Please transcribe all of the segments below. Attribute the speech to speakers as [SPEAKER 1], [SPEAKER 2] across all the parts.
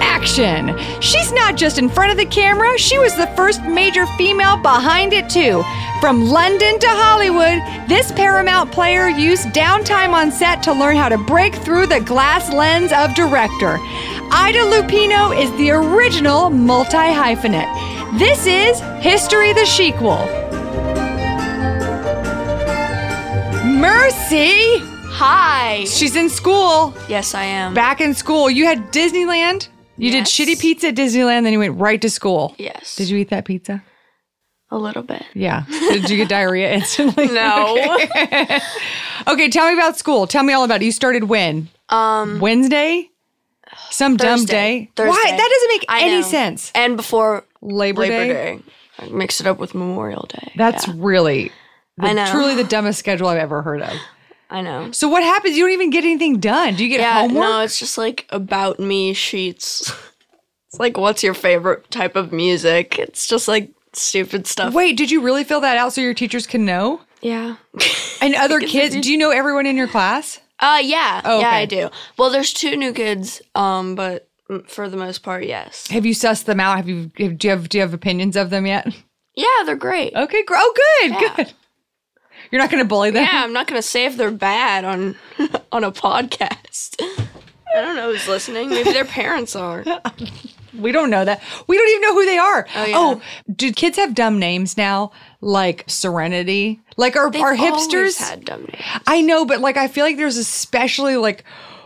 [SPEAKER 1] action. She's not just in front of the camera, she was the first major female behind it, too. From London to Hollywood, this Paramount player used downtime on set to learn how to break through the glass lens of director. Ida Lupino is the original multi hyphenate. This is History the Sequel. Mercy!
[SPEAKER 2] Hi.
[SPEAKER 1] She's in school.
[SPEAKER 2] Yes, I am.
[SPEAKER 1] Back in school, you had Disneyland. You
[SPEAKER 2] Yes.
[SPEAKER 1] did shitty pizza at Disneyland, then you went right to school.
[SPEAKER 2] Yes.
[SPEAKER 1] Did you eat that pizza?
[SPEAKER 2] A little bit.
[SPEAKER 1] Yeah. Did you get diarrhea instantly?
[SPEAKER 2] No.
[SPEAKER 1] Okay. Okay, tell me about school. Tell me all about it. You started when?
[SPEAKER 2] Um.
[SPEAKER 1] Wednesday? Some dumb
[SPEAKER 2] Thursday.
[SPEAKER 1] day? Why?
[SPEAKER 2] Thursday.
[SPEAKER 1] That doesn't make
[SPEAKER 2] I
[SPEAKER 1] any
[SPEAKER 2] know.
[SPEAKER 1] sense.
[SPEAKER 2] And before
[SPEAKER 1] Labor,
[SPEAKER 2] Labor
[SPEAKER 1] Day?
[SPEAKER 2] Day. I mixed it up with Memorial Day.
[SPEAKER 1] That's
[SPEAKER 2] Yeah,
[SPEAKER 1] really, the,
[SPEAKER 2] I know.
[SPEAKER 1] truly the dumbest schedule I've ever heard of.
[SPEAKER 2] I know.
[SPEAKER 1] So what happens? You don't even get anything done. Do you get
[SPEAKER 2] yeah,
[SPEAKER 1] homework?
[SPEAKER 2] no, it's just like about me sheets. it's like, what's your favorite type of music? It's just like stupid stuff.
[SPEAKER 1] Wait, did you really fill that out so your teachers can know?
[SPEAKER 2] Yeah.
[SPEAKER 1] And other kids, do you know everyone in your class?
[SPEAKER 2] uh, yeah,
[SPEAKER 1] Oh,
[SPEAKER 2] yeah,
[SPEAKER 1] okay.
[SPEAKER 2] I do. Well, there's two new kids, um, but mm, for the most part, yes.
[SPEAKER 1] Have you sussed them out? Have you have, do you have do you have opinions of them yet?
[SPEAKER 2] Yeah, they're great.
[SPEAKER 1] Okay, gr- oh good,
[SPEAKER 2] Yeah.
[SPEAKER 1] good. You're not going to bully them.
[SPEAKER 2] Yeah, I'm not gonna say if they're bad on on a podcast. I don't know who's listening. Maybe their parents are.
[SPEAKER 1] We don't know that. We don't even know who they are.
[SPEAKER 2] Oh, yeah.
[SPEAKER 1] do kids have dumb names now? Like Serenity? Like our
[SPEAKER 2] They've
[SPEAKER 1] our
[SPEAKER 2] always
[SPEAKER 1] hipsters?
[SPEAKER 2] had dumb names.
[SPEAKER 1] I know, but like I feel like there's especially like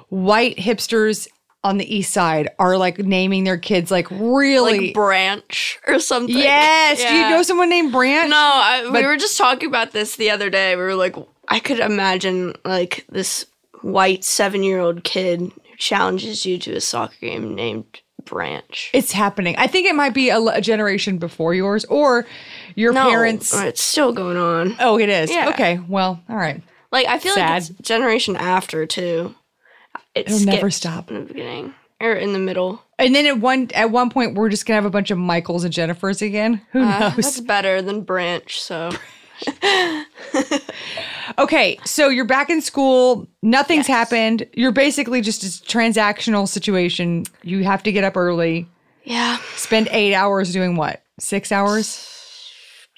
[SPEAKER 1] white hipsters on the east side are like naming their kids like really
[SPEAKER 2] like branch or something.
[SPEAKER 1] Yes. Do you
[SPEAKER 2] Yeah.
[SPEAKER 1] know someone named Branch?
[SPEAKER 2] No, I,
[SPEAKER 1] But-
[SPEAKER 2] we were just talking about this the other day. We were like, I could imagine like this white seven year old kid who challenges you to a soccer game named Branch.
[SPEAKER 1] It's happening. I think it might be a, l- a generation before yours or your
[SPEAKER 2] No,
[SPEAKER 1] parents.
[SPEAKER 2] it's still going on.
[SPEAKER 1] Oh, it is.
[SPEAKER 2] Yeah.
[SPEAKER 1] Okay. Well, all right.
[SPEAKER 2] Like I feel like
[SPEAKER 1] Sad.
[SPEAKER 2] it's generation after too. It
[SPEAKER 1] It'll never
[SPEAKER 2] skipped
[SPEAKER 1] stop.
[SPEAKER 2] in the beginning or in the middle.
[SPEAKER 1] And then at one at one point, we're just gonna have a bunch of Michaels and Jennifers again. Who
[SPEAKER 2] Uh,
[SPEAKER 1] knows?
[SPEAKER 2] that's better than Branch. So
[SPEAKER 1] Okay, so you're back in school. Nothing's happened. You're basically just a transactional situation. You have to get up early.
[SPEAKER 2] yeah,
[SPEAKER 1] Spend eight hours doing what? Six hours?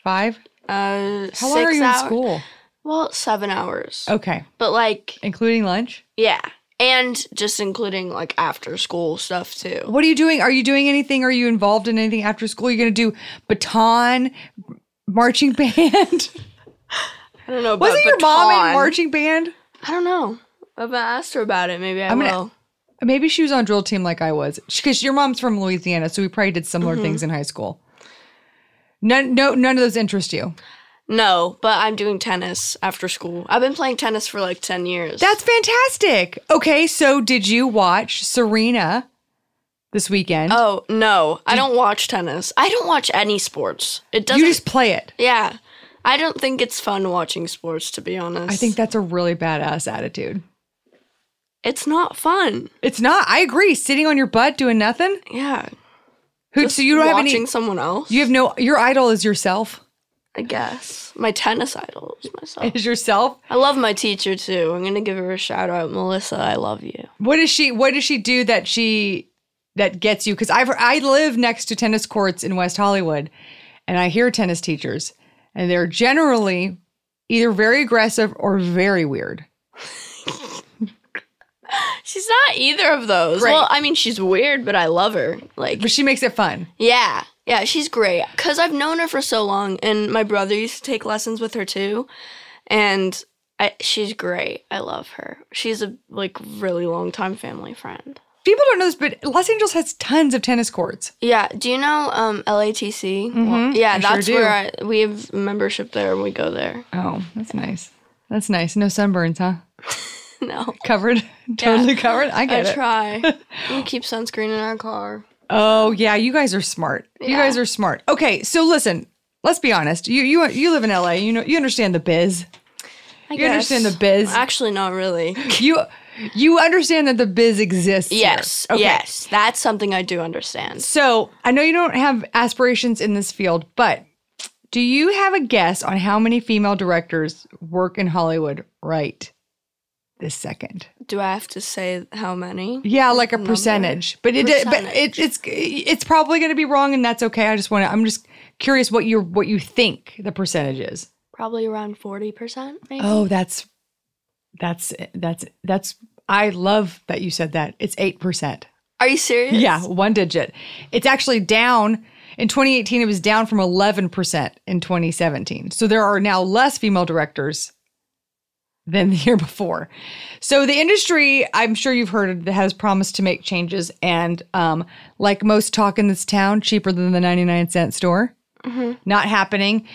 [SPEAKER 1] Five?
[SPEAKER 2] uh,
[SPEAKER 1] How long are you in school?
[SPEAKER 2] Well, seven hours.
[SPEAKER 1] Okay,
[SPEAKER 2] But like,
[SPEAKER 1] including lunch.
[SPEAKER 2] yeah, and just including like after school stuff too.
[SPEAKER 1] What are you doing? Are you doing anything? Are you involved in anything after school? You're going to do baton, marching band?
[SPEAKER 2] I don't know. About
[SPEAKER 1] Wasn't your mom in
[SPEAKER 2] baton.
[SPEAKER 1] marching band?
[SPEAKER 2] I don't know. I've asked her about it. Maybe I
[SPEAKER 1] I'm gonna-
[SPEAKER 2] will.
[SPEAKER 1] Maybe she was on drill team like I was. Because your mom's from Louisiana, so we probably did similar things in high school. None, no, none of those interest you.
[SPEAKER 2] No, but I'm doing tennis after school. I've been playing tennis for like ten years.
[SPEAKER 1] That's fantastic. Okay, so did you watch Serena this weekend?
[SPEAKER 2] oh no, I don't watch tennis. I don't watch any sports. It doesn't.
[SPEAKER 1] you just play it.
[SPEAKER 2] yeah, I don't think it's fun watching sports. To be honest,
[SPEAKER 1] I think that's a really badass attitude.
[SPEAKER 2] it's not fun.
[SPEAKER 1] It's not. I agree. Sitting on your butt doing nothing.
[SPEAKER 2] Yeah,
[SPEAKER 1] Who? so you don't have
[SPEAKER 2] watching
[SPEAKER 1] any.
[SPEAKER 2] someone else.
[SPEAKER 1] You have no. Your idol is yourself.
[SPEAKER 2] I guess my tennis idol is myself.
[SPEAKER 1] Is yourself.
[SPEAKER 2] I love my teacher too. I'm gonna give her a shout out, Melissa. I love you.
[SPEAKER 1] What does she? What does she do that she that gets you? Because I've I live next to tennis courts in West Hollywood, and I hear tennis teachers, and they're generally either very aggressive or very weird.
[SPEAKER 2] She's not either of those.
[SPEAKER 1] Right.
[SPEAKER 2] Well, I mean, she's weird, but I love her. Like,
[SPEAKER 1] But she makes it fun.
[SPEAKER 2] yeah, yeah, she's great. Cause I've known her for so long, and my brother used to take lessons with her too, and I, she's great. I love her. She's a like really long time family friend.
[SPEAKER 1] People don't know this, but Los Angeles has tons of tennis courts.
[SPEAKER 2] Yeah. Do you know um, LATC? Well, yeah,
[SPEAKER 1] Mm-hmm. I sure
[SPEAKER 2] that's
[SPEAKER 1] do.
[SPEAKER 2] where I, we have membership there, and we go there.
[SPEAKER 1] Oh, that's nice. That's nice. No sunburns, huh?
[SPEAKER 2] no,
[SPEAKER 1] Covered, totally covered. I
[SPEAKER 2] I
[SPEAKER 1] get it.
[SPEAKER 2] try. we keep sunscreen in our car.
[SPEAKER 1] Oh yeah, you guys are smart. You
[SPEAKER 2] Yeah.
[SPEAKER 1] guys are smart. Okay, so listen, let's be honest. You you you live in LA. You know you understand the biz.
[SPEAKER 2] I
[SPEAKER 1] You understand the biz.
[SPEAKER 2] Actually, not really.
[SPEAKER 1] You you understand that the biz exists. here.
[SPEAKER 2] Yes.
[SPEAKER 1] Okay.
[SPEAKER 2] Yes. That's something I do understand.
[SPEAKER 1] So I know you don't have aspirations in this field, but do you have a guess on how many female directors work in Hollywood right this second?
[SPEAKER 2] do I have to say how many?
[SPEAKER 1] Yeah, like a
[SPEAKER 2] Number.
[SPEAKER 1] percentage. But it but it,
[SPEAKER 2] Percentage.
[SPEAKER 1] it's it's probably going to be wrong and that's okay. I just want to I'm just curious what you what you think the percentage is.
[SPEAKER 2] Probably around 40%, maybe.
[SPEAKER 1] Oh, that's that's that's that's I love that you said that. It's 8%.
[SPEAKER 2] Are you serious?
[SPEAKER 1] Yeah, one digit. It's actually down in 2018 it was down from 11% in 2017. So there are now less female directors than the year before. So the industry, I'm sure you've heard, has promised to make changes and um, like most talk in this town, cheaper than the 99 cent store. Not happening.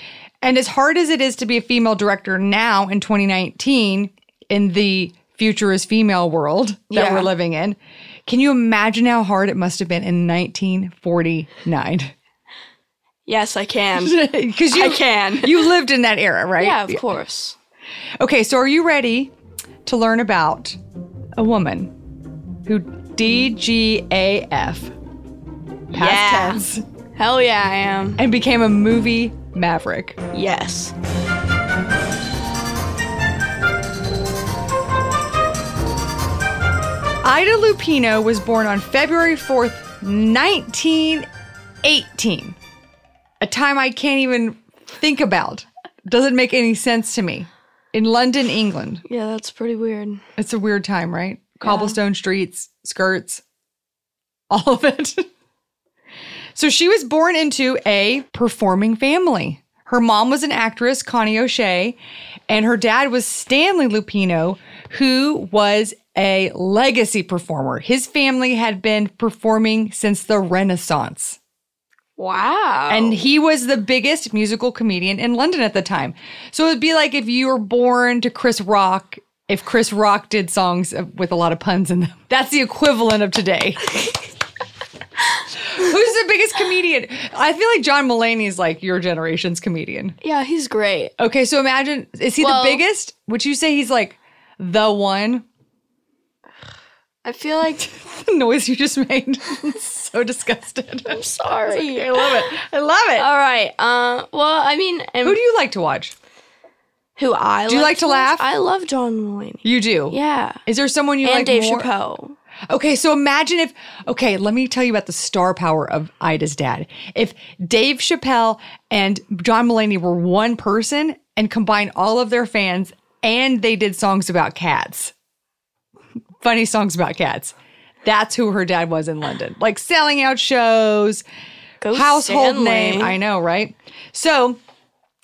[SPEAKER 1] And as hard as it is to be a female director now in 2019 in the future is female world that
[SPEAKER 2] Yeah.
[SPEAKER 1] we're living in, can you imagine how hard it must have been in 1949?
[SPEAKER 2] Yes, I can.
[SPEAKER 1] Because you
[SPEAKER 2] I can.
[SPEAKER 1] you lived in that era, right?
[SPEAKER 2] yeah, of course.
[SPEAKER 1] Okay, so are you ready to learn about a woman who DGAF past
[SPEAKER 2] Yeah.
[SPEAKER 1] tense
[SPEAKER 2] Hell yeah, I am.
[SPEAKER 1] and became a movie maverick?
[SPEAKER 2] Yes.
[SPEAKER 1] Ida Lupino was born on February 4th, 1918. A time I can't even think about. Doesn't make any sense to me. In London, England.
[SPEAKER 2] Yeah, that's pretty weird.
[SPEAKER 1] It's a weird time, right? Cobblestone streets, skirts, all of it. so she was born into a performing family. Her mom was an actress, Connie O'Shea, and her dad was Stanley Lupino, who was a legacy performer. His family had been performing since the Renaissance.
[SPEAKER 2] Wow.
[SPEAKER 1] And he was the biggest musical comedian in London at the time. So it would be like if you were born to Chris Rock, if Chris Rock did songs with a lot of puns in them. That's the equivalent of today. Who's the biggest comedian? I feel like John Mulaney is like your generation's comedian.
[SPEAKER 2] yeah, he's great.
[SPEAKER 1] Okay, so imagine is he
[SPEAKER 2] Well-
[SPEAKER 1] the biggest? Would you say he's like the one?
[SPEAKER 2] I feel like
[SPEAKER 1] The noise you just made. so disgusted.
[SPEAKER 2] I'm sorry.
[SPEAKER 1] I love it. I love it.
[SPEAKER 2] All right. Uh, well, I mean, and
[SPEAKER 1] Who do you like to watch?
[SPEAKER 2] who I
[SPEAKER 1] Do you like to
[SPEAKER 2] watch?
[SPEAKER 1] laugh?
[SPEAKER 2] I love John Mulaney.
[SPEAKER 1] You do.
[SPEAKER 2] Yeah,
[SPEAKER 1] Is there someone you
[SPEAKER 2] and
[SPEAKER 1] like
[SPEAKER 2] Dave
[SPEAKER 1] more?
[SPEAKER 2] Chappelle.
[SPEAKER 1] Okay, so imagine if okay, let me tell you about the star power of Ida's dad. If Dave Chappelle and John Mulaney were one person and combined all of their fans and they did songs about cats. Funny songs about cats. That's who her dad was in London. Like selling out shows,
[SPEAKER 2] Go
[SPEAKER 1] household
[SPEAKER 2] Stanley.
[SPEAKER 1] name. I know, right? So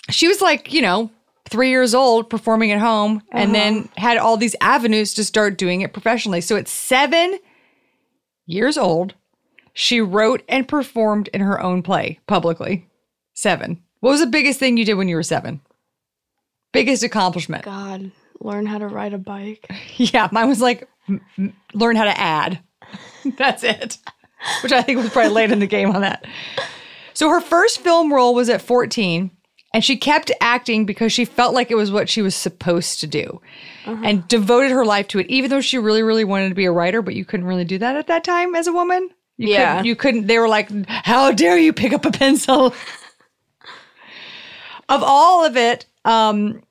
[SPEAKER 1] she was like, you know, three years old performing at home and then had all these avenues to start doing it professionally. So at seven years old, she wrote and performed in her own play publicly. Seven. What was the biggest thing you did when you were seven? Biggest accomplishment.
[SPEAKER 2] God, learn how to ride a bike.
[SPEAKER 1] Yeah, mine was like m- m- learn how to add. That's it. Which I think was probably late in the game on that. So her first film role was at 14, and she kept acting because she felt like it was what she was supposed to do and devoted her life to it, even though she really, really wanted to be a writer, but you couldn't really do that at that time as a woman. You
[SPEAKER 2] Yeah.
[SPEAKER 1] Couldn't, you couldn't, they were like, how dare you pick up a pencil? of all of it, um,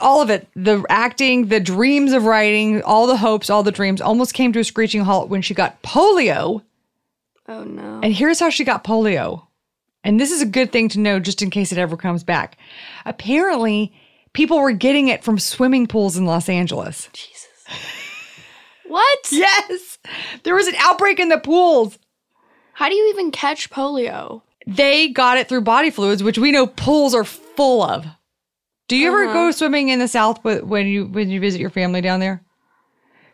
[SPEAKER 1] all of it the acting the dreams of writing all the hopes all the dreams almost came to a screeching halt when she got polio
[SPEAKER 2] Oh no.
[SPEAKER 1] and here's how she got polio and this is a good thing to know just in case it ever comes back apparently people were getting it from swimming pools in los angeles
[SPEAKER 2] Jesus. What?
[SPEAKER 1] yes there was an outbreak in the pools
[SPEAKER 2] How do you even catch polio?
[SPEAKER 1] they got it through body fluids which we know pools are full of do you ever go swimming in the south wh- when you when you visit your family down there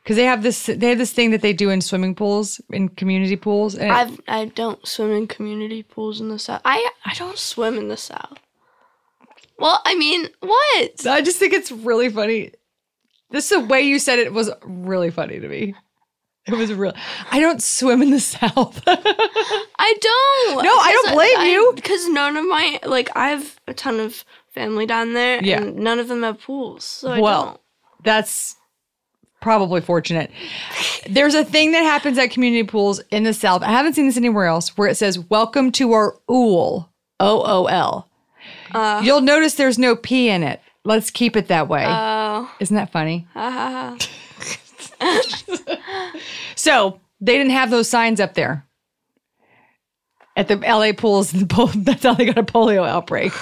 [SPEAKER 1] because they have this they have this thing that they do in swimming pools in community pools and
[SPEAKER 2] I've I don't swim in community pools in the south. I I don't swim in the south. Well, I mean, what?
[SPEAKER 1] i just think it's really funny this the way you said it was really funny to me it was real i don't swim in the south
[SPEAKER 2] I don't.
[SPEAKER 1] No, I don't blame you.
[SPEAKER 2] Because none of my like I have a ton of family down there.
[SPEAKER 1] Yeah.
[SPEAKER 2] And none of them have pools, so I
[SPEAKER 1] Well,
[SPEAKER 2] don't.
[SPEAKER 1] that's probably fortunate. There's a thing that happens at community pools in the South. I haven't seen this anywhere else where it says, Welcome to our OOL. O O L.
[SPEAKER 2] Uh.
[SPEAKER 1] You'll notice there's no P in it. Let's keep it that way.
[SPEAKER 2] Oh,
[SPEAKER 1] Isn't that funny?
[SPEAKER 2] ha, ha, ha.
[SPEAKER 1] So they didn't have those signs up there at the LA pools. and pol- That's how they got a polio outbreak.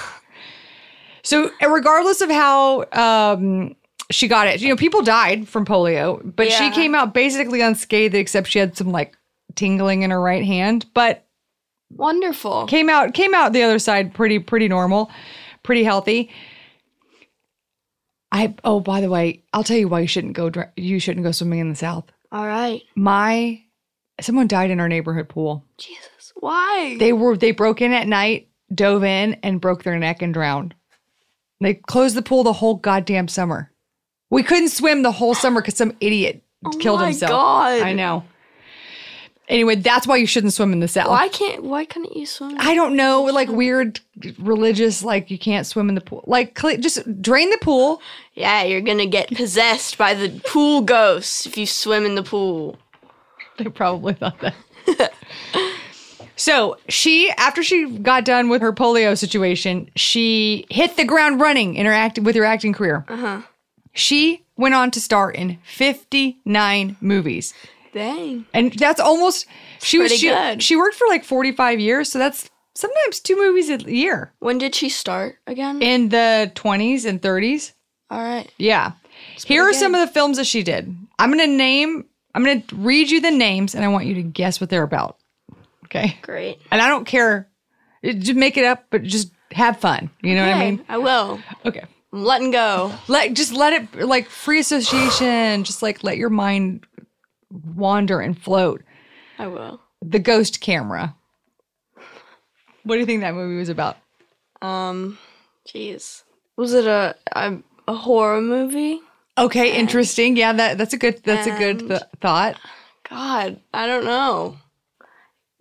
[SPEAKER 1] So, regardless of how um, she got it, you know, people died from polio, but she
[SPEAKER 2] Yeah.
[SPEAKER 1] came out basically unscathed, except she had some like tingling in her right hand. But
[SPEAKER 2] Wonderful.
[SPEAKER 1] came out came out the other side pretty pretty normal, pretty healthy. I oh by the way, I'll tell you why you shouldn't go dr- you shouldn't go swimming in the south.
[SPEAKER 2] All right.
[SPEAKER 1] My someone died in our neighborhood pool.
[SPEAKER 2] Jesus. Why?
[SPEAKER 1] They were they broke in at night, dove in and broke their neck and drowned. They closed the pool the whole goddamn summer. We couldn't swim the whole summer cuz some idiot killed
[SPEAKER 2] Oh my
[SPEAKER 1] himself.
[SPEAKER 2] God.
[SPEAKER 1] I know. Anyway, that's why you shouldn't swim in the south.
[SPEAKER 2] why can't? Why couldn't you swim?
[SPEAKER 1] I don't know, like weird religious, like you can't swim in the pool. Like, cle just drain the pool.
[SPEAKER 2] yeah, you're gonna get possessed by the pool ghosts if you swim in the pool.
[SPEAKER 1] They probably thought that. so she, after she got done with her polio situation, she hit the ground running in her act with her acting career. Uh-huh. She went on to star in 59 movies.
[SPEAKER 2] Dang.
[SPEAKER 1] And that's almost she was
[SPEAKER 2] pretty
[SPEAKER 1] she,
[SPEAKER 2] good.
[SPEAKER 1] she worked for like 45 years, so that's sometimes two movies a year.
[SPEAKER 2] When did she start again?
[SPEAKER 1] In the 20s and 30s.
[SPEAKER 2] All right.
[SPEAKER 1] Yeah. Here are some of the films that she did. I'm going to name, I'm going to read you the names and I want you to guess what they're about. Okay.
[SPEAKER 2] Great.
[SPEAKER 1] And I don't care. It- Just make it up, but just have fun. You know what I
[SPEAKER 2] Okay,
[SPEAKER 1] mean?
[SPEAKER 2] I will.
[SPEAKER 1] Okay.
[SPEAKER 2] I'm letting go.
[SPEAKER 1] Let just let it like free association, just like let your mind wander and float.
[SPEAKER 2] I will.
[SPEAKER 1] The ghost camera. What do you think that movie was about?
[SPEAKER 2] Um, jeez. Was it a a, a horror movie?
[SPEAKER 1] Okay, interesting. Yeah, that that's a good that's a good th- thought.
[SPEAKER 2] God, I don't know.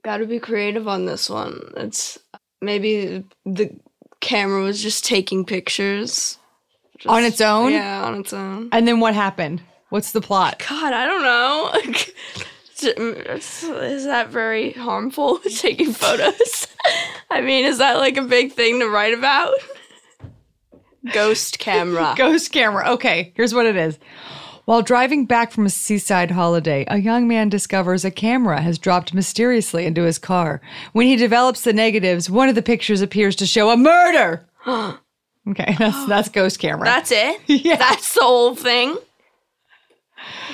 [SPEAKER 2] Got to be creative on this one. It's maybe the camera was just taking pictures Just-
[SPEAKER 1] On its own?
[SPEAKER 2] Yeah, on its own.
[SPEAKER 1] And then what happened? What's the plot?
[SPEAKER 2] God, I don't know. Is- Is that very harmful? Taking photos. I mean, is that like a big thing to write about? Ghost camera.
[SPEAKER 1] Ghost camera. Okay, here's what it is. While driving back from a seaside holiday, a young man discovers a camera has dropped mysteriously into his car. When he develops the negatives, one of the pictures appears to show a murder. okay, that's that's ghost camera.
[SPEAKER 2] That's it.
[SPEAKER 1] Yeah.
[SPEAKER 2] That's the whole thing.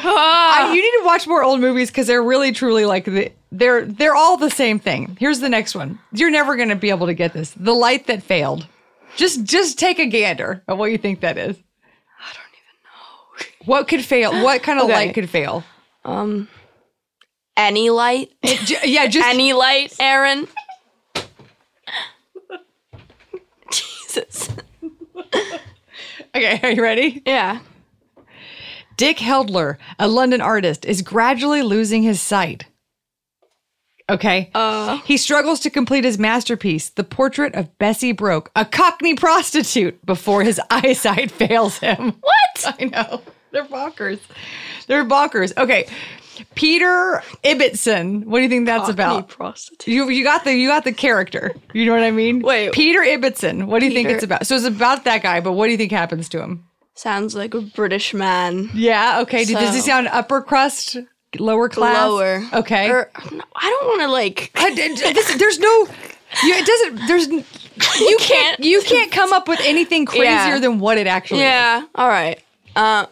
[SPEAKER 2] Ah.
[SPEAKER 1] I- you need to watch more old movies because they're really truly like the, they're they're all the same thing. Here's the next one. You're never going to be able to get this. The light that failed. Just just take a gander at what you think that is.
[SPEAKER 2] I don't even know.
[SPEAKER 1] What could fail? What kind of
[SPEAKER 2] Okay.
[SPEAKER 1] light could fail?
[SPEAKER 2] Um, any light?
[SPEAKER 1] It ju- yeah, just
[SPEAKER 2] Any light, Aaron? Jesus.
[SPEAKER 1] Okay, are you ready?
[SPEAKER 2] Yeah.
[SPEAKER 1] Dick Heldler, a London artist, is gradually losing his sight. Okay.
[SPEAKER 2] Uh,
[SPEAKER 1] he struggles to complete his masterpiece, the portrait of Bessie Broke, a Cockney prostitute, before his eyesight fails him.
[SPEAKER 2] what?
[SPEAKER 1] I know. They're bonkers. They're bonkers. Okay. Peter Ibbotson. What do you think that's about?
[SPEAKER 2] prostitute.
[SPEAKER 1] You you got the you got the character. You know what I mean?
[SPEAKER 2] Wait.
[SPEAKER 1] Peter Ibbotson. What do you think
[SPEAKER 2] Peter-
[SPEAKER 1] it's about? So it's about that guy, but what do you think happens to him?
[SPEAKER 2] Sounds like a British man.
[SPEAKER 1] Yeah. Okay. Did- Does he
[SPEAKER 2] So-
[SPEAKER 1] sound upper crust, lower class?
[SPEAKER 2] Lower.
[SPEAKER 1] Okay.
[SPEAKER 2] Or, no, I don't want to like.
[SPEAKER 1] I- d- d- this- there's no. You, it doesn't. There's. n- You can't. You can't come up with anything crazier
[SPEAKER 2] Yeah.
[SPEAKER 1] than what it actually. is.
[SPEAKER 2] Yeah. All right. Uh.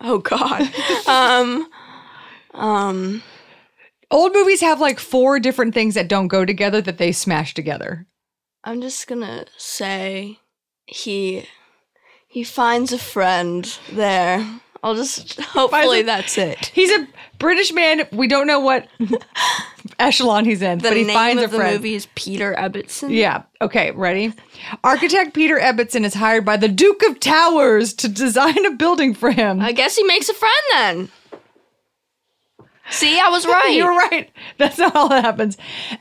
[SPEAKER 2] Oh God. um. Um.
[SPEAKER 1] Old movies have like four different things that don't go together that they smash together.
[SPEAKER 2] I'm just gonna say he he finds a friend there. I'll just hopefully
[SPEAKER 1] a-
[SPEAKER 2] that's it.
[SPEAKER 1] He's a British man. We don't know what echelon he's in,
[SPEAKER 2] The
[SPEAKER 1] but he
[SPEAKER 2] name
[SPEAKER 1] finds
[SPEAKER 2] of
[SPEAKER 1] a
[SPEAKER 2] the
[SPEAKER 1] friend.
[SPEAKER 2] movie is Peter Ebbetson.
[SPEAKER 1] Yeah. Okay. Ready? Architect Peter Ebbetson is hired by the Duke of Towers to design a building for him.
[SPEAKER 2] I guess he makes a friend then. See, I was right.
[SPEAKER 1] You're right. That's not all that happens.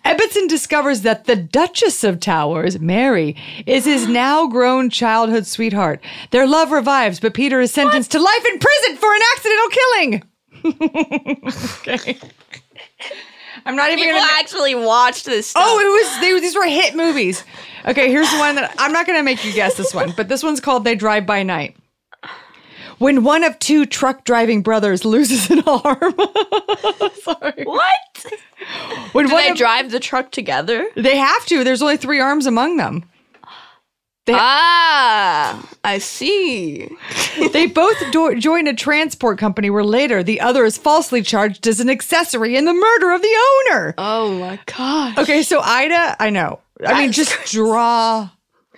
[SPEAKER 1] Ebbetson discovers that the Duchess of Towers, Mary, is his now grown childhood sweetheart. Their love revives, but Peter is sentenced to life in prison for an accidental killing. okay. I'm not even
[SPEAKER 2] People
[SPEAKER 1] gonna.
[SPEAKER 2] actually watched this. Stuff.
[SPEAKER 1] Oh, it was they, these were hit movies. Okay, here's the one that I'm not gonna make you guess this one, but this one's called They Drive by Night. when one of two truck driving brothers loses an arm. Sorry.
[SPEAKER 2] What?
[SPEAKER 1] When
[SPEAKER 2] Do
[SPEAKER 1] one
[SPEAKER 2] they
[SPEAKER 1] of-
[SPEAKER 2] drive the truck together?
[SPEAKER 1] they have to. There's only three arms among them.
[SPEAKER 2] Ah, I see.
[SPEAKER 1] They both do- join a transport company where later the other is falsely charged as an accessory in the murder of the owner.
[SPEAKER 2] Oh my gosh.
[SPEAKER 1] Okay, so Ida, I know. I mean, just drama.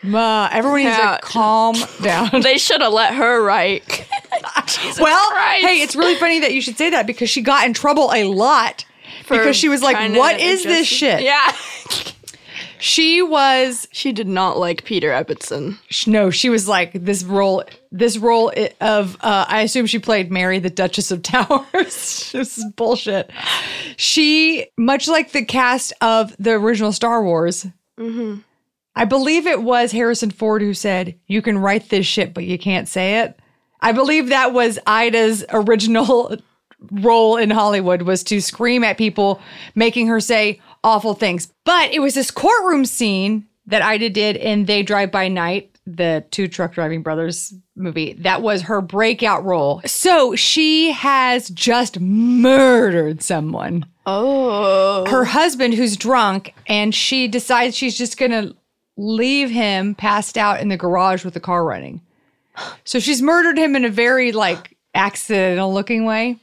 [SPEAKER 1] Everyone needs
[SPEAKER 2] Yeah.
[SPEAKER 1] to calm down.
[SPEAKER 2] They should have let her write. Jesus
[SPEAKER 1] well,
[SPEAKER 2] Christ.
[SPEAKER 1] hey, it's really funny that you should say that because she got in trouble a lot because she was like,
[SPEAKER 2] trying to
[SPEAKER 1] "What is
[SPEAKER 2] adjust-
[SPEAKER 1] this shit?"
[SPEAKER 2] Yeah.
[SPEAKER 1] She was
[SPEAKER 2] She did not like Peter Ebbetson.
[SPEAKER 1] sh- no, she was like this role this role i- of uh, I assume she played Mary the Duchess of Towers. this is bullshit. She much like the cast of the original Star Wars. I believe it was Harrison Ford who said, "You can write this shit, but you can't say it." I believe that was Ida's original role in Hollywood was to scream at people, making her say awful things. But it was this courtroom scene that Ida did in They Drive By Night, the two truck driving brothers movie. That was her breakout role. So she has just murdered someone.
[SPEAKER 2] Oh.
[SPEAKER 1] Her husband, who's drunk, and she decides she's just going to leave him passed out in the garage with the car running. So she's murdered him in a very like accidental looking way.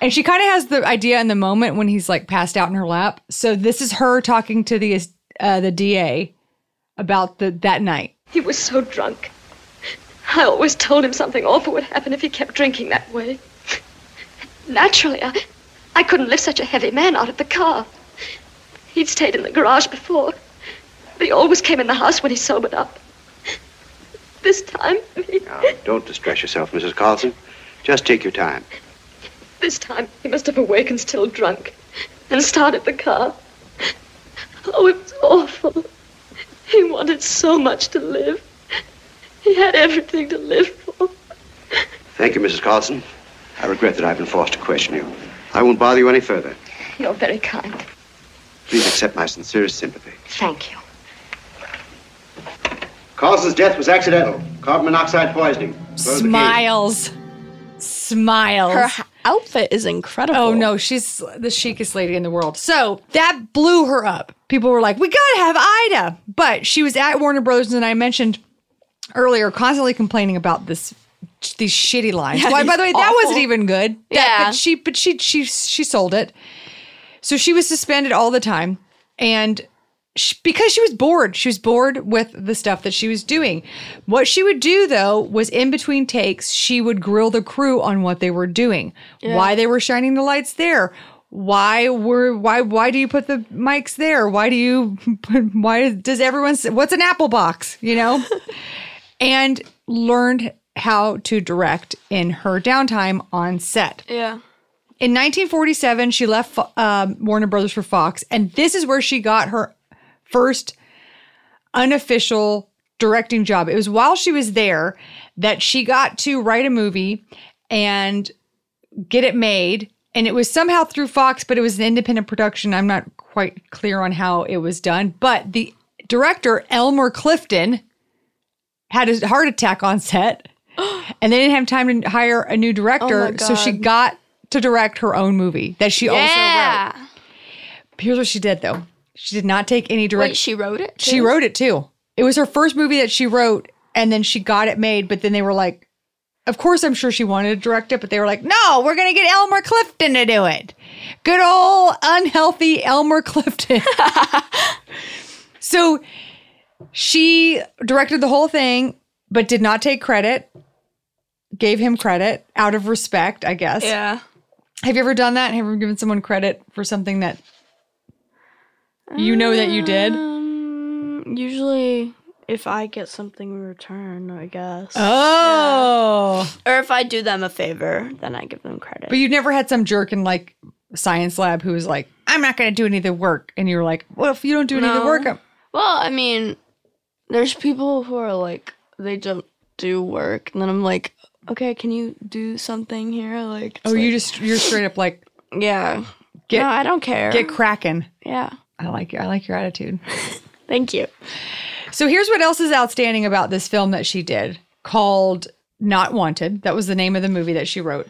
[SPEAKER 1] And she kind of has the idea in the moment when he's like passed out in her lap. So this is her talking to the uh, the DA about the that night.
[SPEAKER 3] He was so drunk. I always told him something awful would happen if he kept drinking that way. Naturally, I, I couldn't lift such a heavy man out of the car. He'd stayed in the garage before, but he always came in the house when he sobered up. This time, he,
[SPEAKER 4] Don't distress yourself, Mrs. Carlson. Just take your time.
[SPEAKER 3] this time he must have awakened still drunk, and started the car. Oh, it was awful. He wanted so much to live. He had everything to live for.
[SPEAKER 4] Thank you, Mrs. Carlson. I regret that I've been forced to question you. I won't bother you any further.
[SPEAKER 3] You're very kind.
[SPEAKER 4] Please accept my sincerest sympathy.
[SPEAKER 3] Thank you.
[SPEAKER 4] Carlson's death was accidental. Carbon monoxide poisoning. Close the case.
[SPEAKER 1] Smiles, smiles.
[SPEAKER 2] Her h- outfit is incredible.
[SPEAKER 1] Oh no, she's the chicest lady in the world. So that blew her up. People were like, "We gotta have Ida," but she was at Warner Brothers, and I mentioned earlier, constantly complaining about this these shitty lines. Why, by the way, that
[SPEAKER 2] awful.
[SPEAKER 1] wasn't even good. That-
[SPEAKER 2] Yeah.
[SPEAKER 1] but she, but she, she, she sold it. So she was suspended all the time, and she, because she was bored, she was bored with the stuff that she was doing. What she would do though was in between takes, she would grill the crew on what they were doing, why they were shining the lights there, why were why why do you put the mics there, why do you why does everyone s- what's an apple box, you know, and learned how to direct in her downtime on set.
[SPEAKER 2] Yeah.
[SPEAKER 1] In 1947, she left um, Warner Brothers for Fox, and this is where she got her first unofficial directing job. It was while she was there that she got to write a movie and get it made. And it was somehow through Fox, but it was an independent production. I'm not quite clear on how it was done. But the director, Elmer Clifton, had a heart attack on set and they didn't have time to hire a new
[SPEAKER 2] Oh
[SPEAKER 1] director. so she got to direct her own movie that she also
[SPEAKER 2] Yeah.
[SPEAKER 1] wrote. Here's what she did though she did not take any direct
[SPEAKER 2] Wait, she wrote it?
[SPEAKER 1] she
[SPEAKER 2] too?
[SPEAKER 1] wrote it too. It was her first movie that she wrote, and then she got it made. But then they were like, "Of course, I'm sure she wanted to direct it, but they were like, no, we're gonna get Elmer Clifton to do it. Good old unhealthy Elmer Clifton." so she directed the whole thing, but did not take credit. Gave him credit out of respect, I guess.
[SPEAKER 2] Yeah.
[SPEAKER 1] Have you ever done that? Have you ever given someone credit for something that you know that you
[SPEAKER 2] Uh,
[SPEAKER 1] did?
[SPEAKER 2] Um, usually, if I get something in return, I guess.
[SPEAKER 1] Oh.
[SPEAKER 2] Or if I do them a favor, then I give them credit.
[SPEAKER 1] But you've never had some jerk in like science lab who was like, I'm not going to do any of the work. And you're like, well, if you don't do any of the
[SPEAKER 2] No.
[SPEAKER 1] work, I'm-"
[SPEAKER 2] well, I mean, there's people who are like, they don't do work. And then I'm like, okay, can you do something here? Like, it's
[SPEAKER 1] oh, you
[SPEAKER 2] like-
[SPEAKER 1] just, you're straight up like,
[SPEAKER 2] Yeah.
[SPEAKER 1] Get-
[SPEAKER 2] no, I don't care.
[SPEAKER 1] get cracking.
[SPEAKER 2] yeah.
[SPEAKER 1] I like your, I like your attitude.
[SPEAKER 2] Thank you.
[SPEAKER 1] So here's what else is outstanding about this film that she did called Not Wanted. That was the name of the movie that she wrote.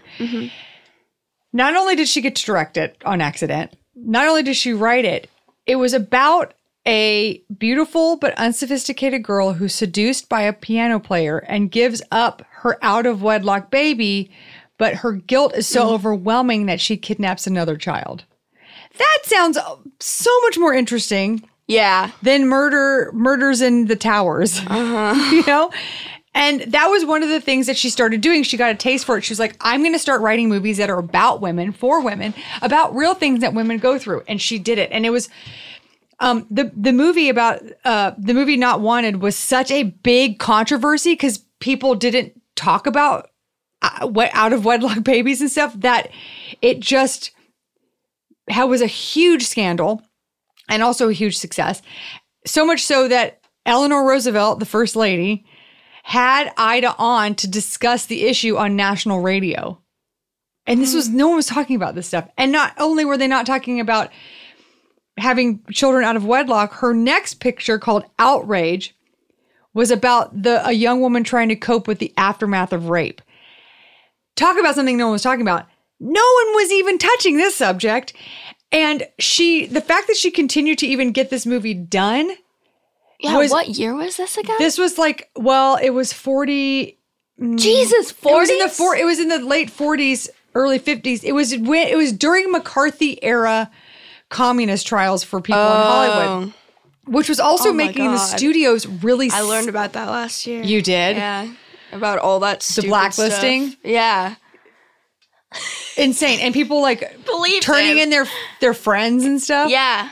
[SPEAKER 1] Not only did she get to direct it on accident, not only did she write it, it was about a beautiful but unsophisticated girl who's seduced by a piano player and gives up her out of wedlock baby, but her guilt is so overwhelming that she kidnaps another child. That sounds uh, so much more interesting
[SPEAKER 2] Yeah.
[SPEAKER 1] then murder murders in the towers you know and that was one of the things that she started doing she got a taste for it she was like i'm going to start writing movies that are about women for women about real things that women go through and she did it and it was um, the the movie about uh, the movie Not Wanted was such a big controversy because people didn't talk about uh, what out of wedlock babies and stuff that it just how was a huge scandal and also a huge success. So much so that Eleanor Roosevelt, the first lady, had Ida on to discuss the issue on national radio. And this was no one was talking about this stuff. And not only were they not talking about having children out of wedlock, her next picture called Outrage was about the a young woman trying to cope with the aftermath of rape. Talk about something no one was talking about. No one was even touching this subject. And she the fact that she continued to even get this movie done,
[SPEAKER 2] Yeah.
[SPEAKER 1] Was-
[SPEAKER 2] what year was this again?
[SPEAKER 1] this was like, well, it was 40
[SPEAKER 2] Jesus,
[SPEAKER 1] It
[SPEAKER 2] forty.
[SPEAKER 1] was in the four. It was in the late forties, early fifties. It was when it was during McCarthy era communist trials for people in Hollywood, which was also
[SPEAKER 2] Oh my
[SPEAKER 1] making the
[SPEAKER 2] God.
[SPEAKER 1] studios really.
[SPEAKER 2] I learned about that last year.
[SPEAKER 1] You did?
[SPEAKER 2] Yeah. About all that stupid
[SPEAKER 1] blacklisting?
[SPEAKER 2] stuff. Yeah.
[SPEAKER 1] insane, and people like
[SPEAKER 2] Believe
[SPEAKER 1] turning in
[SPEAKER 2] him.
[SPEAKER 1] their their friends and stuff.
[SPEAKER 2] Yeah.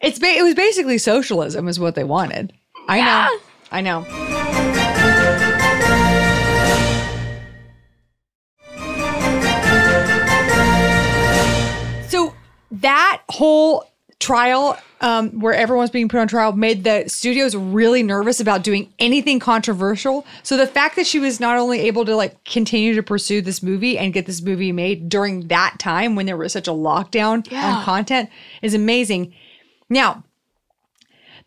[SPEAKER 1] it's ba- it was basically socialism is what they wanted. I know, I know. So that whole trial um, where everyone's being put on trial made the studios really nervous about doing anything controversial. So the fact that she was not only able to like continue to pursue this movie and get this movie made during that time when there was such a lockdown on content is amazing. Now,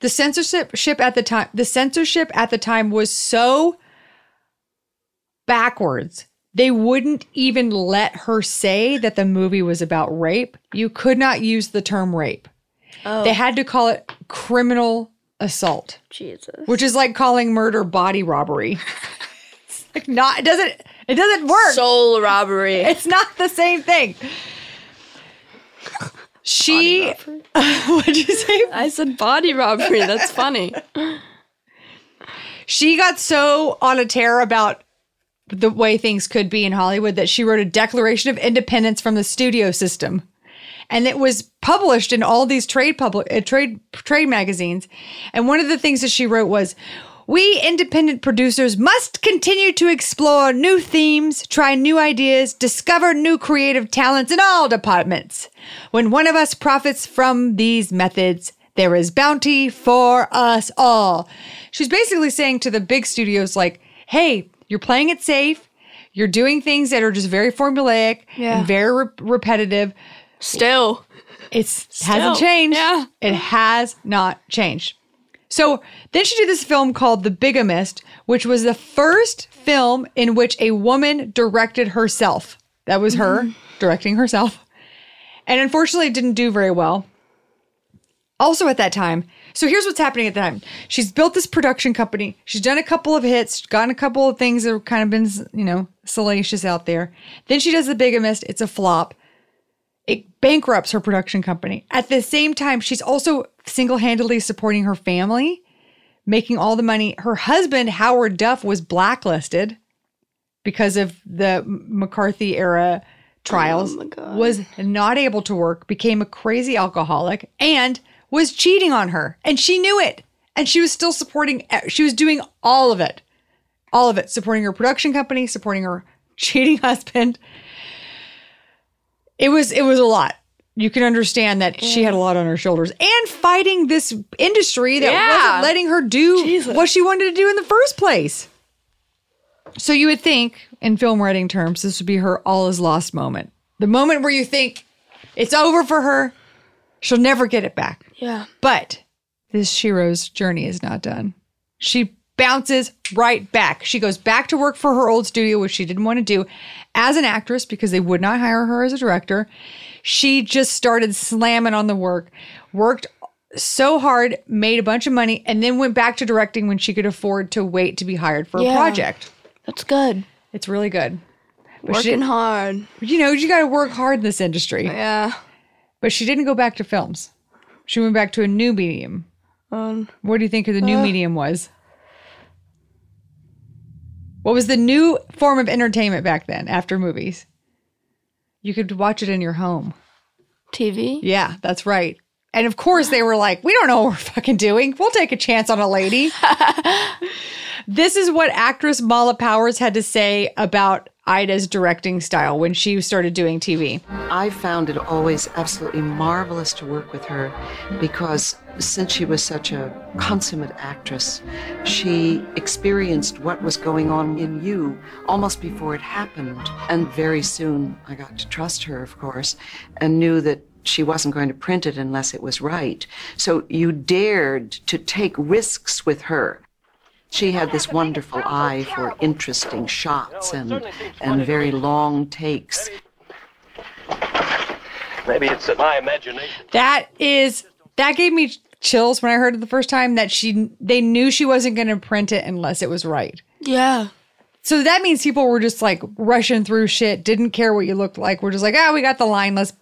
[SPEAKER 1] the censorship ship at the time the censorship at the time was so backwards. They wouldn't even let her say that the movie was about rape. You could not use the term rape. They had to call it criminal assault,
[SPEAKER 2] Jesus.
[SPEAKER 1] which is like calling murder body robbery. it's like not it doesn't it doesn't work.
[SPEAKER 2] Soul robbery.
[SPEAKER 1] It's not the same thing. She what'd you say?
[SPEAKER 2] I said body robbery. That's funny.
[SPEAKER 1] she got so on a tear about the way things could be in Hollywood that she wrote a declaration of independence from the studio system. And it was published in all these trade public uh, trade trade magazines. And one of the things that she wrote was we independent producers must continue to explore new themes, try new ideas, discover new creative talents in all departments. When one of us profits from these methods, there is bounty for us all. She's basically saying to the big studios, like, hey, you're playing it safe. You're doing things that are just very formulaic
[SPEAKER 2] Yeah.
[SPEAKER 1] and very re- repetitive.
[SPEAKER 2] Still.
[SPEAKER 1] It's hasn't changed.
[SPEAKER 2] yeah.
[SPEAKER 1] It has not changed. So then she did this film called The Bigamist, which was the first film in which a woman directed herself. That was her directing herself. And unfortunately, it didn't do very well. Also at that time. So here's what's happening at the time. She's built this production company. She's done a couple of hits, gotten a couple of things that have kind of been, you know, salacious out there. Then she does The Bigamist. It's a flop it bankrupts her production company. At the same time, she's also single handedly supporting her family, making all the money. Her husband, Howard Duff, was blacklisted because of the McCarthy era trials, was not able to work, became a crazy alcoholic, and was cheating on her. And she knew it. And she was still supporting, eh, she was doing all of it, all of it, supporting her production company, supporting her cheating husband it was it was a lot you can understand that she had a lot on her shoulders and fighting this industry that
[SPEAKER 2] Yeah.
[SPEAKER 1] wasn't letting her do what she wanted to do in the first place so you would think in film writing terms this would be her all is lost moment the moment where you think it's over for her she'll never get it back
[SPEAKER 2] Yeah.
[SPEAKER 1] but this shiro's journey is not done she bounces right back. She goes back to work for her old studio, which she didn't want to do as an actress because they would not hire her as a director. She just started slamming on the work, worked so hard, made a bunch of money, and then went back to directing when she could afford to wait to be hired for a
[SPEAKER 2] Yeah.
[SPEAKER 1] project.
[SPEAKER 2] That's good.
[SPEAKER 1] It's really good. But she
[SPEAKER 2] Working
[SPEAKER 1] didn't-
[SPEAKER 2] hard.
[SPEAKER 1] you know, you got to work hard in this industry.
[SPEAKER 2] Yeah.
[SPEAKER 1] But she didn't go back to films. She went back to a new medium.
[SPEAKER 2] Um,
[SPEAKER 1] What do you think the new medium was? What was the new form of entertainment back then after movies? You could watch it in your home.
[SPEAKER 2] TV.
[SPEAKER 1] Yeah, that's right. And of course, they were like, we don't know what we're fucking doing. We'll take a chance on a lady. this is what actress Mala Powers had to say about Ida's directing style when she started doing TV.
[SPEAKER 5] I found it always absolutely marvelous to work with her because since she was such a consummate actress, she experienced what was going on in you almost before it happened. And very soon I got to trust her, of course, and knew that she wasn't going to print it unless it was right. So you dared to take risks with her. She had this wonderful eye for interesting shots and, and very long takes.
[SPEAKER 6] Maybe it's my imagination.
[SPEAKER 1] That is that gave me chills when I heard it the first time that she they knew she wasn't going to print it unless it was right.
[SPEAKER 2] Yeah.
[SPEAKER 1] So that means people were just like rushing through shit, didn't care what you looked like. We're just like, ah, we got the line, let's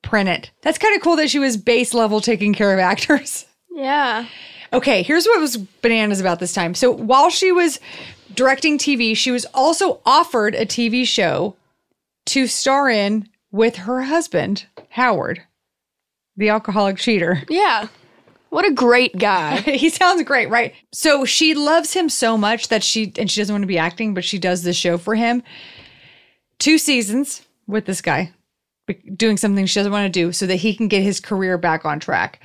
[SPEAKER 1] print it. That's kind of cool that she was base level taking care of actors.
[SPEAKER 2] Yeah.
[SPEAKER 1] Okay, here's what was bananas about this time. So while she was directing TV, she was also offered a TV show to star in with her husband, Howard, the alcoholic cheater.
[SPEAKER 2] Yeah. What a great guy.
[SPEAKER 1] he sounds great, right? So she loves him so much that she and she doesn't want to be acting, but she does this show for him. Two seasons with this guy be- doing something she doesn't want to do so that he can get his career back on track.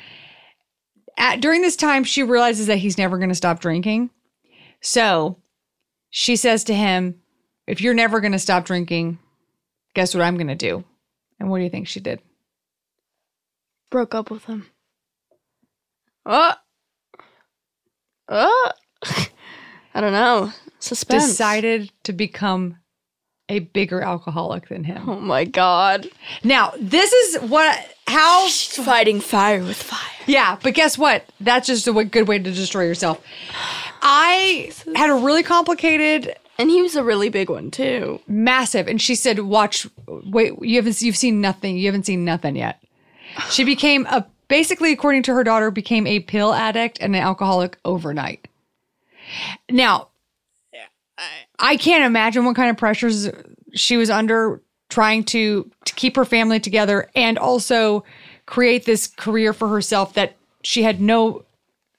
[SPEAKER 1] At, during this time, she realizes that he's never going to stop drinking. So she says to him, If you're never going to stop drinking, guess what I'm going to do? And what do you think she did?
[SPEAKER 2] Broke up with him. Oh. Oh. I don't know. Suspense.
[SPEAKER 1] Decided to become a bigger alcoholic than him.
[SPEAKER 2] Oh my god.
[SPEAKER 1] Now, this is what how
[SPEAKER 2] She's fighting fire with fire.
[SPEAKER 1] yeah, but guess what? That's just a w- good way to destroy yourself. I had a really complicated,
[SPEAKER 2] And he was a really big one too.
[SPEAKER 1] massive, and she said, "Watch, wait, you haven't you've seen nothing. You haven't seen nothing yet." She became a basically, according to her daughter, became a pill addict and an alcoholic overnight. Now, I, I can't imagine what kind of pressures she was under trying to, to keep her family together and also create this career for herself that she had no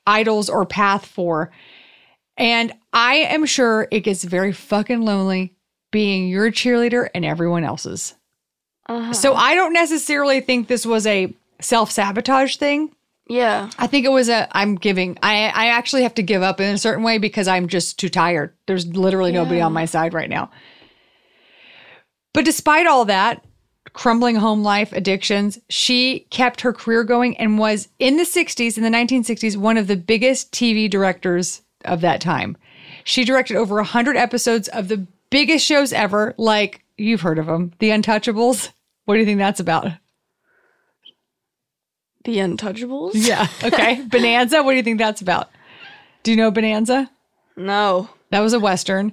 [SPEAKER 1] idols or path for. And I am sure it gets very fucking lonely being your cheerleader and everyone else's. So I don't necessarily think this was a self sabotage thing.
[SPEAKER 2] Yeah.
[SPEAKER 1] I think it was a I'm giving. I I actually have to give up in a certain way because I'm just too tired. There's literally nobody on my side right now. But despite all that, crumbling home life, addictions, she kept her career going and was in the 60s in the 1960s one of the biggest TV directors of that time. She directed over 100 episodes of the biggest shows ever, like you've heard of them, The Untouchables. What do you think that's about?
[SPEAKER 2] The Untouchables?
[SPEAKER 1] Yeah. Okay. Bonanza. What do you think that's about? Do you know Bonanza?
[SPEAKER 2] No.
[SPEAKER 1] That was a western.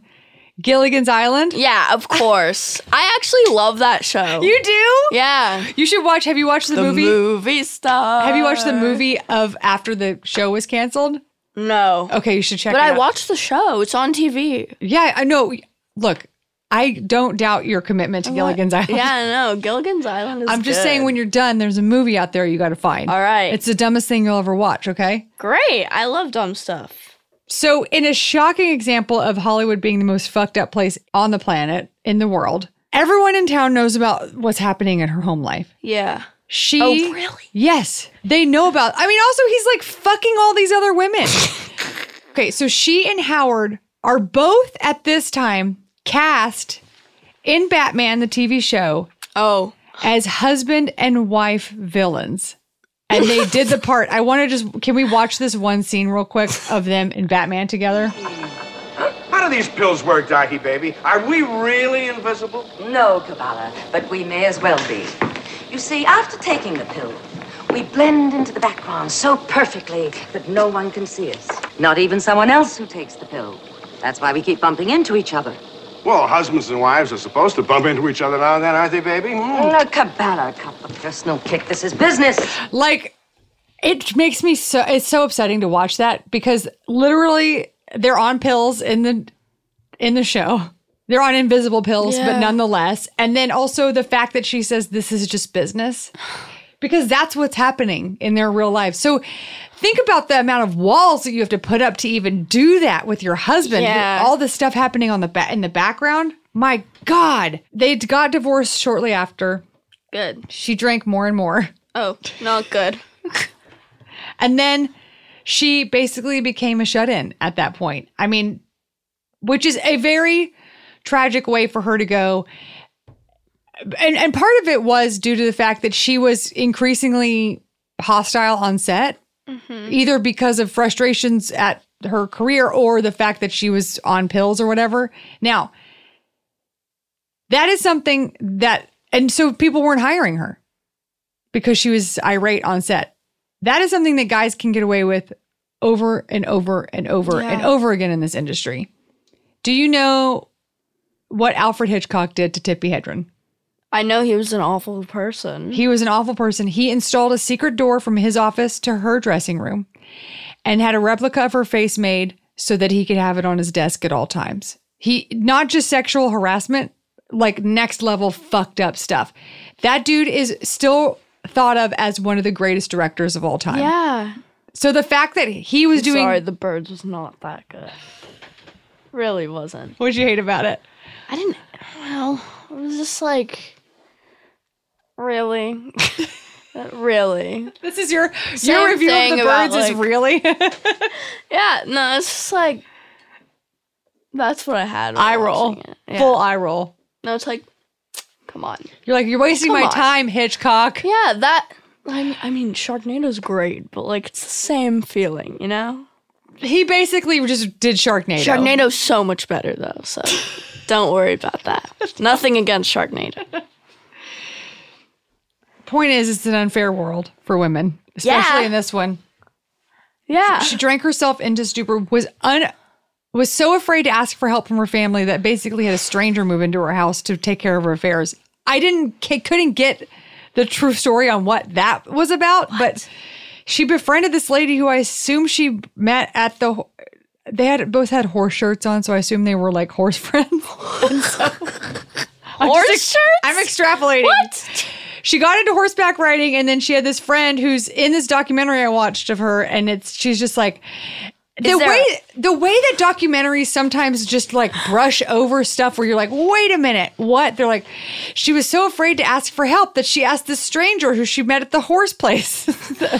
[SPEAKER 1] Gilligan's Island.
[SPEAKER 2] Yeah, of course. I actually love that show.
[SPEAKER 1] You do.
[SPEAKER 2] yeah.
[SPEAKER 1] You should watch. Have you watched the,
[SPEAKER 2] The
[SPEAKER 1] movie?
[SPEAKER 2] movie, star.
[SPEAKER 1] Have you watched the movie of after the show was canceled?
[SPEAKER 2] No.
[SPEAKER 1] Okay, you should check.
[SPEAKER 2] But
[SPEAKER 1] it
[SPEAKER 2] I
[SPEAKER 1] out.
[SPEAKER 2] watched the show. It's on TV.
[SPEAKER 1] Yeah, I know. Look, I don't doubt your commitment to Gilligan's Island.
[SPEAKER 2] Yeah, I know. Gilligan's Island is
[SPEAKER 1] I'm just saying, when you're done, there's a movie out there you got to find.
[SPEAKER 2] All right.
[SPEAKER 1] It's the dumbest thing you'll ever watch. Okay.
[SPEAKER 2] Great. I love dumb stuff.
[SPEAKER 1] So, in a shocking example of Hollywood being the most fucked up place on the planet, in the world, everyone in town knows about what's happening in her home life.
[SPEAKER 2] Yeah.
[SPEAKER 1] She.
[SPEAKER 2] Oh, really?
[SPEAKER 1] Yes. They know about. I mean, also, he's like fucking all these other women. okay. So, she and Howard are both at this time cast in Batman, the TV show,
[SPEAKER 2] Oh.
[SPEAKER 1] as husband and wife villains. And they did the part. I want to just. Can we watch this one scene real quick of them in Batman together?
[SPEAKER 7] of these pills work, Docky Baby. Are we really invisible?
[SPEAKER 8] No, Kabbalah, but we may as well be. You see, after taking the pill, we blend into the background so perfectly that no one can see us. Not even someone else who takes the pill. That's why we keep bumping into each other.
[SPEAKER 7] Well, husbands and wives are supposed to bump into each other now and then, aren't they, baby? Mm.
[SPEAKER 8] No, Kabbalah, cut the personal kick. This is business.
[SPEAKER 1] Like, it makes me so, it's so upsetting to watch that because literally they're on pills in the, in the show. They're on invisible pills, but
[SPEAKER 2] Yeah.
[SPEAKER 1] nonetheless. And then also the fact that she says this is just business because that's what's happening in their real life. So think about the amount of walls that you have to put up to even do that with your husband. who-
[SPEAKER 2] Yeah.
[SPEAKER 1] All this stuff happening on the ba- in the background. My God, they got divorced shortly after.
[SPEAKER 2] Good.
[SPEAKER 1] She drank more and more.
[SPEAKER 2] Oh, not good.
[SPEAKER 1] And then she basically became a shut in at that point. I mean, which is a very tragic way for her to go. And, and part of it was due to the fact that she was increasingly hostile on set, either because of frustrations at her career or the fact that she was on pills or whatever. Now, that is something that, and so people weren't hiring her because she was irate on set that is something that guys can get away with over and over and over and over again in this industry. Do you know what Alfred Hitchcock did to Tippi Hedren?
[SPEAKER 2] I know he was an awful person.
[SPEAKER 1] He was an awful person. He installed a secret door from his office to her dressing room and had a replica of her face made so that he could have it on his desk at all times. He not just sexual harassment, like next level fucked up stuff. That dude is still thought of as one of the greatest directors of all time.
[SPEAKER 2] yeah.
[SPEAKER 1] So the fact that he was doing
[SPEAKER 2] Sorry, the birds was not that good. Really wasn't.
[SPEAKER 1] What'd you hate about it?
[SPEAKER 2] I didn't. Well, it was just like, really, really.
[SPEAKER 1] This is your your
[SPEAKER 2] Same
[SPEAKER 1] review of
[SPEAKER 2] thing
[SPEAKER 1] the
[SPEAKER 2] about,
[SPEAKER 1] birds is
[SPEAKER 2] like-
[SPEAKER 1] really.
[SPEAKER 2] Yeah. No, it's just like. That's what I had. while
[SPEAKER 1] Eye roll.
[SPEAKER 2] watching it. Yeah.
[SPEAKER 1] Full eye roll.
[SPEAKER 2] No, it's like, come on.
[SPEAKER 1] You're like you're wasting
[SPEAKER 2] Come
[SPEAKER 1] my
[SPEAKER 2] on.
[SPEAKER 1] time, Hitchcock.
[SPEAKER 2] Yeah, that. I mean, I mean, Sharknado's great, but like, it's the same feeling, you know.
[SPEAKER 1] He basically just did Sharknado.
[SPEAKER 2] Sharknado's so much better though, so don't worry about that. Nothing against Sharknado.
[SPEAKER 1] Point is, it's an unfair world for women, especially
[SPEAKER 2] Yeah.
[SPEAKER 1] in this one.
[SPEAKER 2] Yeah.
[SPEAKER 1] She drank herself into stupor. Was un was so afraid to ask for help from her family that basically had a stranger move into her house to take care of her affairs. I didn't ca- couldn't get the true story on what that was about, but she befriended this lady who I assume she met at the ho- they had both had horse shirts on, so I assume they were like horse friends. And so- I'm
[SPEAKER 2] Horse
[SPEAKER 1] just
[SPEAKER 2] shirts?
[SPEAKER 1] I'm extrapolating.
[SPEAKER 2] What?
[SPEAKER 1] She got into horseback riding, and then she had this friend who's in this documentary I watched of her, and it's she's just like the
[SPEAKER 2] there-
[SPEAKER 1] way the way that documentaries sometimes just like brush over stuff where you're like, wait a minute, what? They're like, she was so afraid to ask for help that she asked this stranger who she met at the horse place, the,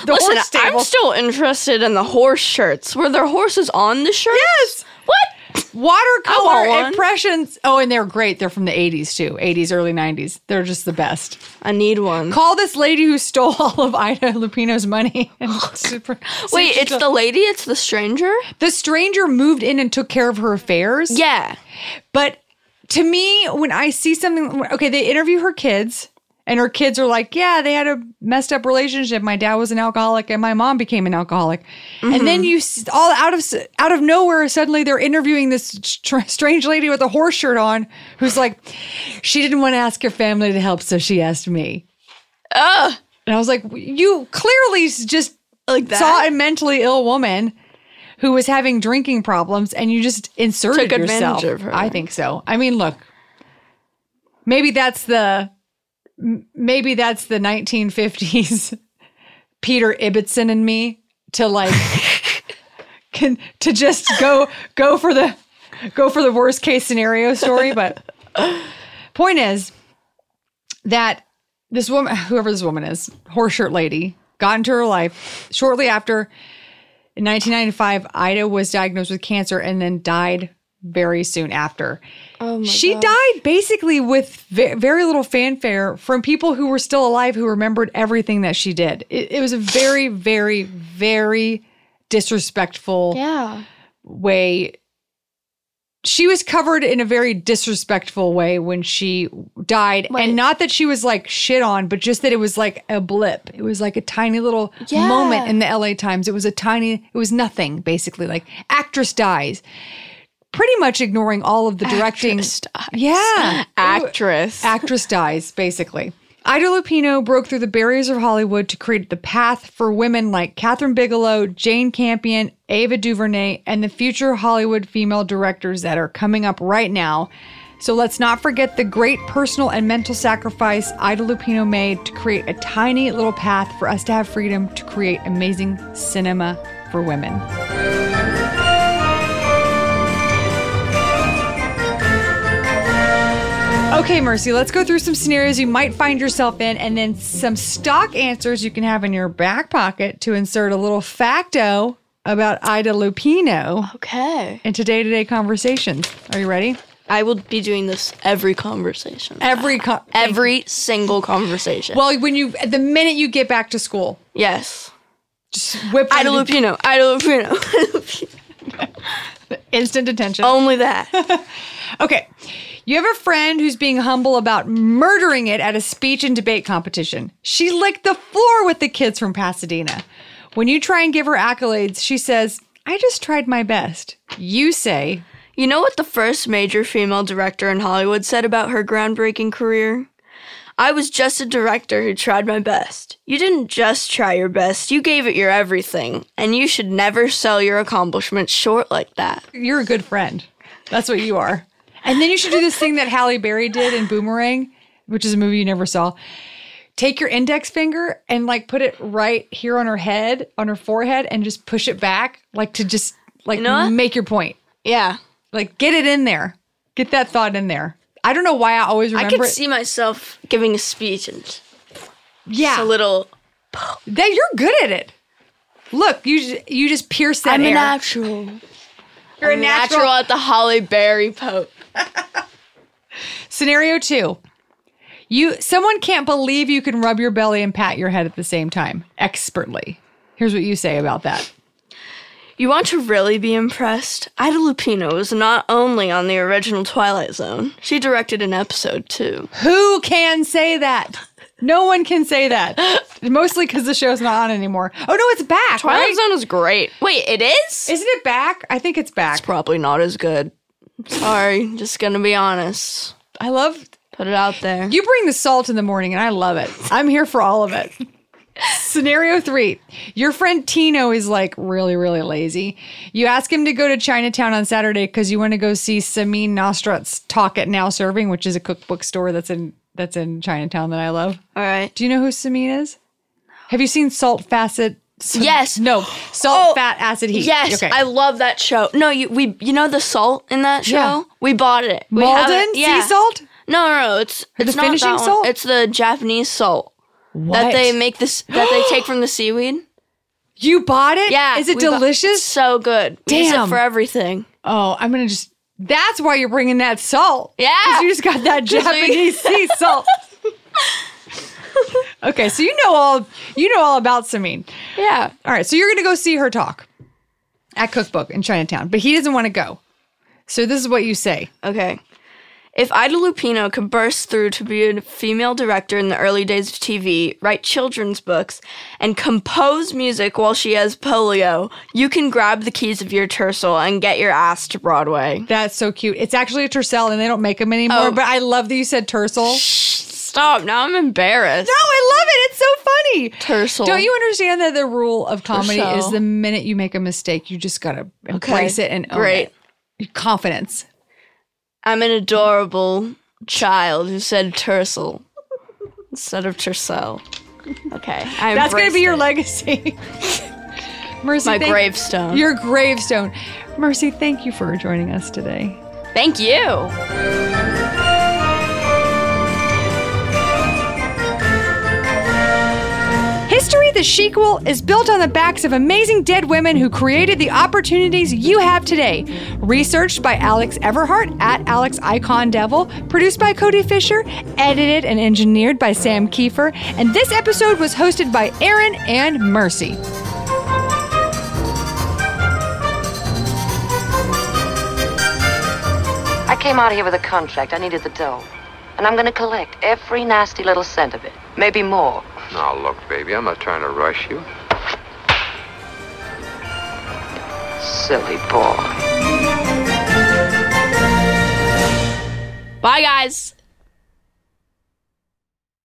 [SPEAKER 1] the
[SPEAKER 2] Listen,
[SPEAKER 1] horse stable.
[SPEAKER 2] I'm still interested in the horse shirts. Were there horses on the shirts?
[SPEAKER 1] Yes.
[SPEAKER 2] What? I want
[SPEAKER 1] Watercolor
[SPEAKER 2] one.
[SPEAKER 1] impressions. Oh, and they're great. They're from the 80s too, 80s, early 90s. They're just the best.
[SPEAKER 2] I need one.
[SPEAKER 1] Call this lady who stole all of Ida Lupino's money. And super,
[SPEAKER 2] Oh, Wait, it's the lady. It's the stranger.
[SPEAKER 1] the stranger moved in and took care of her affairs.
[SPEAKER 2] Yeah.
[SPEAKER 1] But to me, when I see something, okay, they interview her kids, and her kids are like, yeah, they had a messed up relationship. My dad was an alcoholic, and my mom became an alcoholic. And then you s- all out of s- out of nowhere, suddenly they're interviewing this str- strange lady with a horse shirt on, who's like, she didn't want to ask her family to help, so she asked me. And I was like, you clearly s- just like
[SPEAKER 2] that?
[SPEAKER 1] saw a mentally ill woman who was having drinking problems and you just inserted
[SPEAKER 2] Took advantage
[SPEAKER 1] yourself.
[SPEAKER 2] of her.
[SPEAKER 1] I think so. I mean, look, maybe that's the m- maybe that's the 1950s Peter Ibbotson and me to like can to just go go for the go for the worst case scenario story, but point is that this woman, whoever this woman is, horse shirt lady, got into her life shortly after. In 1995, Ida was diagnosed with cancer and then died very soon after. Oh my she died basically with ve- very little fanfare from people who were still alive who remembered everything that she did. It, it was a very, very, very disrespectful
[SPEAKER 2] Yeah.
[SPEAKER 1] way she was covered in a very disrespectful way when she died. And not that she was like shit on, but just that it was like a blip. It was like a tiny little
[SPEAKER 2] Yeah.
[SPEAKER 1] moment in the LA Times. It was a tiny, it was nothing, basically. Like actress dies. Pretty much ignoring all of the directing.
[SPEAKER 2] Actress dies.
[SPEAKER 1] Yeah.
[SPEAKER 2] Actress.
[SPEAKER 1] actress dies, basically. Ida Lupino broke through the barriers of Hollywood to create the path for women like Catherine Bigelow, Jane Campion, Ava DuVernay, and the future Hollywood female directors that are coming up right now. So let's not forget the great personal and mental sacrifice Ida Lupino made to create a tiny little path for us to have freedom to create amazing cinema for women. Okay, Mercy, let's go through some scenarios you might find yourself in and then some stock answers you can have in your back pocket to insert a little facto about Ida Lupino
[SPEAKER 2] okay.
[SPEAKER 1] into day to day conversations. Are you ready?
[SPEAKER 2] I will be doing this every conversation.
[SPEAKER 1] Every, co-
[SPEAKER 2] every single conversation.
[SPEAKER 1] well, when you, the minute you get back to school,
[SPEAKER 2] yes.
[SPEAKER 1] just whip
[SPEAKER 2] Ida
[SPEAKER 1] into
[SPEAKER 2] Lupino. Ida Lupino.
[SPEAKER 1] instant detention.
[SPEAKER 2] Only that.
[SPEAKER 1] Okay. You have a friend who's being humble about murdering it at a speech and debate competition. She licked the floor with the kids from Pasadena. When you try and give her accolades, she says, I just tried my best. You say,
[SPEAKER 2] You know what the first major female director in Hollywood said about her groundbreaking career? I was just a director who tried my best. You didn't just try your best, you gave it your everything, and you should never sell your accomplishments short like that.
[SPEAKER 1] You're a good friend. That's what you are. And then you should do this thing that Halle Berry did in Boomerang, which is a movie you never saw. Take your index finger and like put it right here on her head, on her forehead, and just push it back, like to just like
[SPEAKER 2] know what?
[SPEAKER 1] make your point.
[SPEAKER 2] Yeah.
[SPEAKER 1] Like get it in there. Get that thought in there. I don't know why I always
[SPEAKER 2] I
[SPEAKER 1] remember
[SPEAKER 2] could
[SPEAKER 1] it.
[SPEAKER 2] see myself giving a speech and just
[SPEAKER 1] yeah.
[SPEAKER 2] a little.
[SPEAKER 1] That you're good at it. Look, you ju- you just pierce that air.
[SPEAKER 2] natural.
[SPEAKER 1] you're a
[SPEAKER 2] Natural. at the Holly Berry Pope.
[SPEAKER 1] Scenario 2. You someone can't believe you can rub your belly and pat your head at the same time expertly. Here's what you say about that.
[SPEAKER 2] You want to really be impressed? Ida Lupino was not only on the original Twilight Zone, she directed an episode too.
[SPEAKER 1] Who can say that? No one can say that. Mostly cuz the show's not on anymore. Oh no, it's back.
[SPEAKER 2] Twilight
[SPEAKER 1] right?
[SPEAKER 2] Zone is great. Wait, it is?
[SPEAKER 1] Isn't it back? I think it's back.
[SPEAKER 2] probably not as good. Sorry, just gonna be honest.
[SPEAKER 1] I love
[SPEAKER 2] Put it out there.
[SPEAKER 1] You bring the salt in the morning, and I love it. I'm here for all of it. Scenario three Your friend Tino is like really, really lazy. You ask him to go to Chinatown on Saturday because you want to go see Samin Nostrat's Talk It Now Serving, which is a cookbook store that's in that's in Chinatown that I love.
[SPEAKER 2] All right.
[SPEAKER 1] Do you know who Samin is? Have you seen Salt Facet? Sa-
[SPEAKER 2] Yes.
[SPEAKER 1] No. Salt,
[SPEAKER 2] Oh,
[SPEAKER 1] Fat, Acid, Heat.
[SPEAKER 2] Yes, I love that show. No, you we you know the salt in that show?
[SPEAKER 1] Yeah.
[SPEAKER 2] We bought it. We have
[SPEAKER 1] Malden?
[SPEAKER 2] it- yeah.
[SPEAKER 1] Sea salt?
[SPEAKER 2] No, no, no. It's
[SPEAKER 1] The
[SPEAKER 2] it's not
[SPEAKER 1] finishing
[SPEAKER 2] that one.
[SPEAKER 1] salt?
[SPEAKER 2] It's the Japanese salt that
[SPEAKER 1] What?
[SPEAKER 2] they make this that they take from the seaweed.
[SPEAKER 1] You bought it?
[SPEAKER 2] Yeah.
[SPEAKER 1] Is it
[SPEAKER 2] we bought-
[SPEAKER 1] delicious?
[SPEAKER 2] it's so good. We use
[SPEAKER 1] Damn.
[SPEAKER 2] it for everything.
[SPEAKER 1] Oh, I'm gonna just. That's why you're bringing that salt.
[SPEAKER 2] Yeah.
[SPEAKER 1] 'Cause you just got that Japanese sea salt. okay, so you know all you know all about Samin.
[SPEAKER 2] Yeah.
[SPEAKER 1] All right, so you're gonna go see her talk at Cookbook in Chinatown, but he doesn't want to go. So this is what you say.
[SPEAKER 2] Okay. If Ida Lupino could burst through to be a female director in the early days of TV, write children's books, and compose music while she has polio, you can grab the keys of your tercel and get your ass to Broadway.
[SPEAKER 1] That's so cute. It's actually a tercel, and they don't make them anymore.
[SPEAKER 2] Oh.
[SPEAKER 1] But I love that you said tercel.
[SPEAKER 2] Stop, now I'm embarrassed.
[SPEAKER 1] No, I love it. It's so funny.
[SPEAKER 2] Tercel.
[SPEAKER 1] Don't you understand that the rule of comedy
[SPEAKER 2] Tercel.
[SPEAKER 1] is the minute you make a mistake, you just gotta embrace it and own
[SPEAKER 2] Great.
[SPEAKER 1] it. Confidence.
[SPEAKER 2] I'm an adorable child who said tercel instead of tercel. Okay. I
[SPEAKER 1] That's gonna
[SPEAKER 2] embraced
[SPEAKER 1] be your
[SPEAKER 2] it.
[SPEAKER 1] legacy. Mercy,
[SPEAKER 2] My
[SPEAKER 1] thank-
[SPEAKER 2] gravestone.
[SPEAKER 1] Your gravestone. Mercy, thank you for joining us today.
[SPEAKER 2] Thank you.
[SPEAKER 1] History the Sequel is built on the backs of amazing dead women who created the opportunities you have today. Researched by Alex Everhart at Alex Icon Devil, produced by Cody Fisher, edited and engineered by Sam Kiefer, and this episode was hosted by Aaron and Mercy.
[SPEAKER 8] came out here with a contract. I needed the dough. And I'm gonna collect every nasty little cent of it. Maybe more.
[SPEAKER 9] Now, Oh, look, baby, I'm not trying to rush you.
[SPEAKER 8] Silly boy.
[SPEAKER 2] Bye, guys.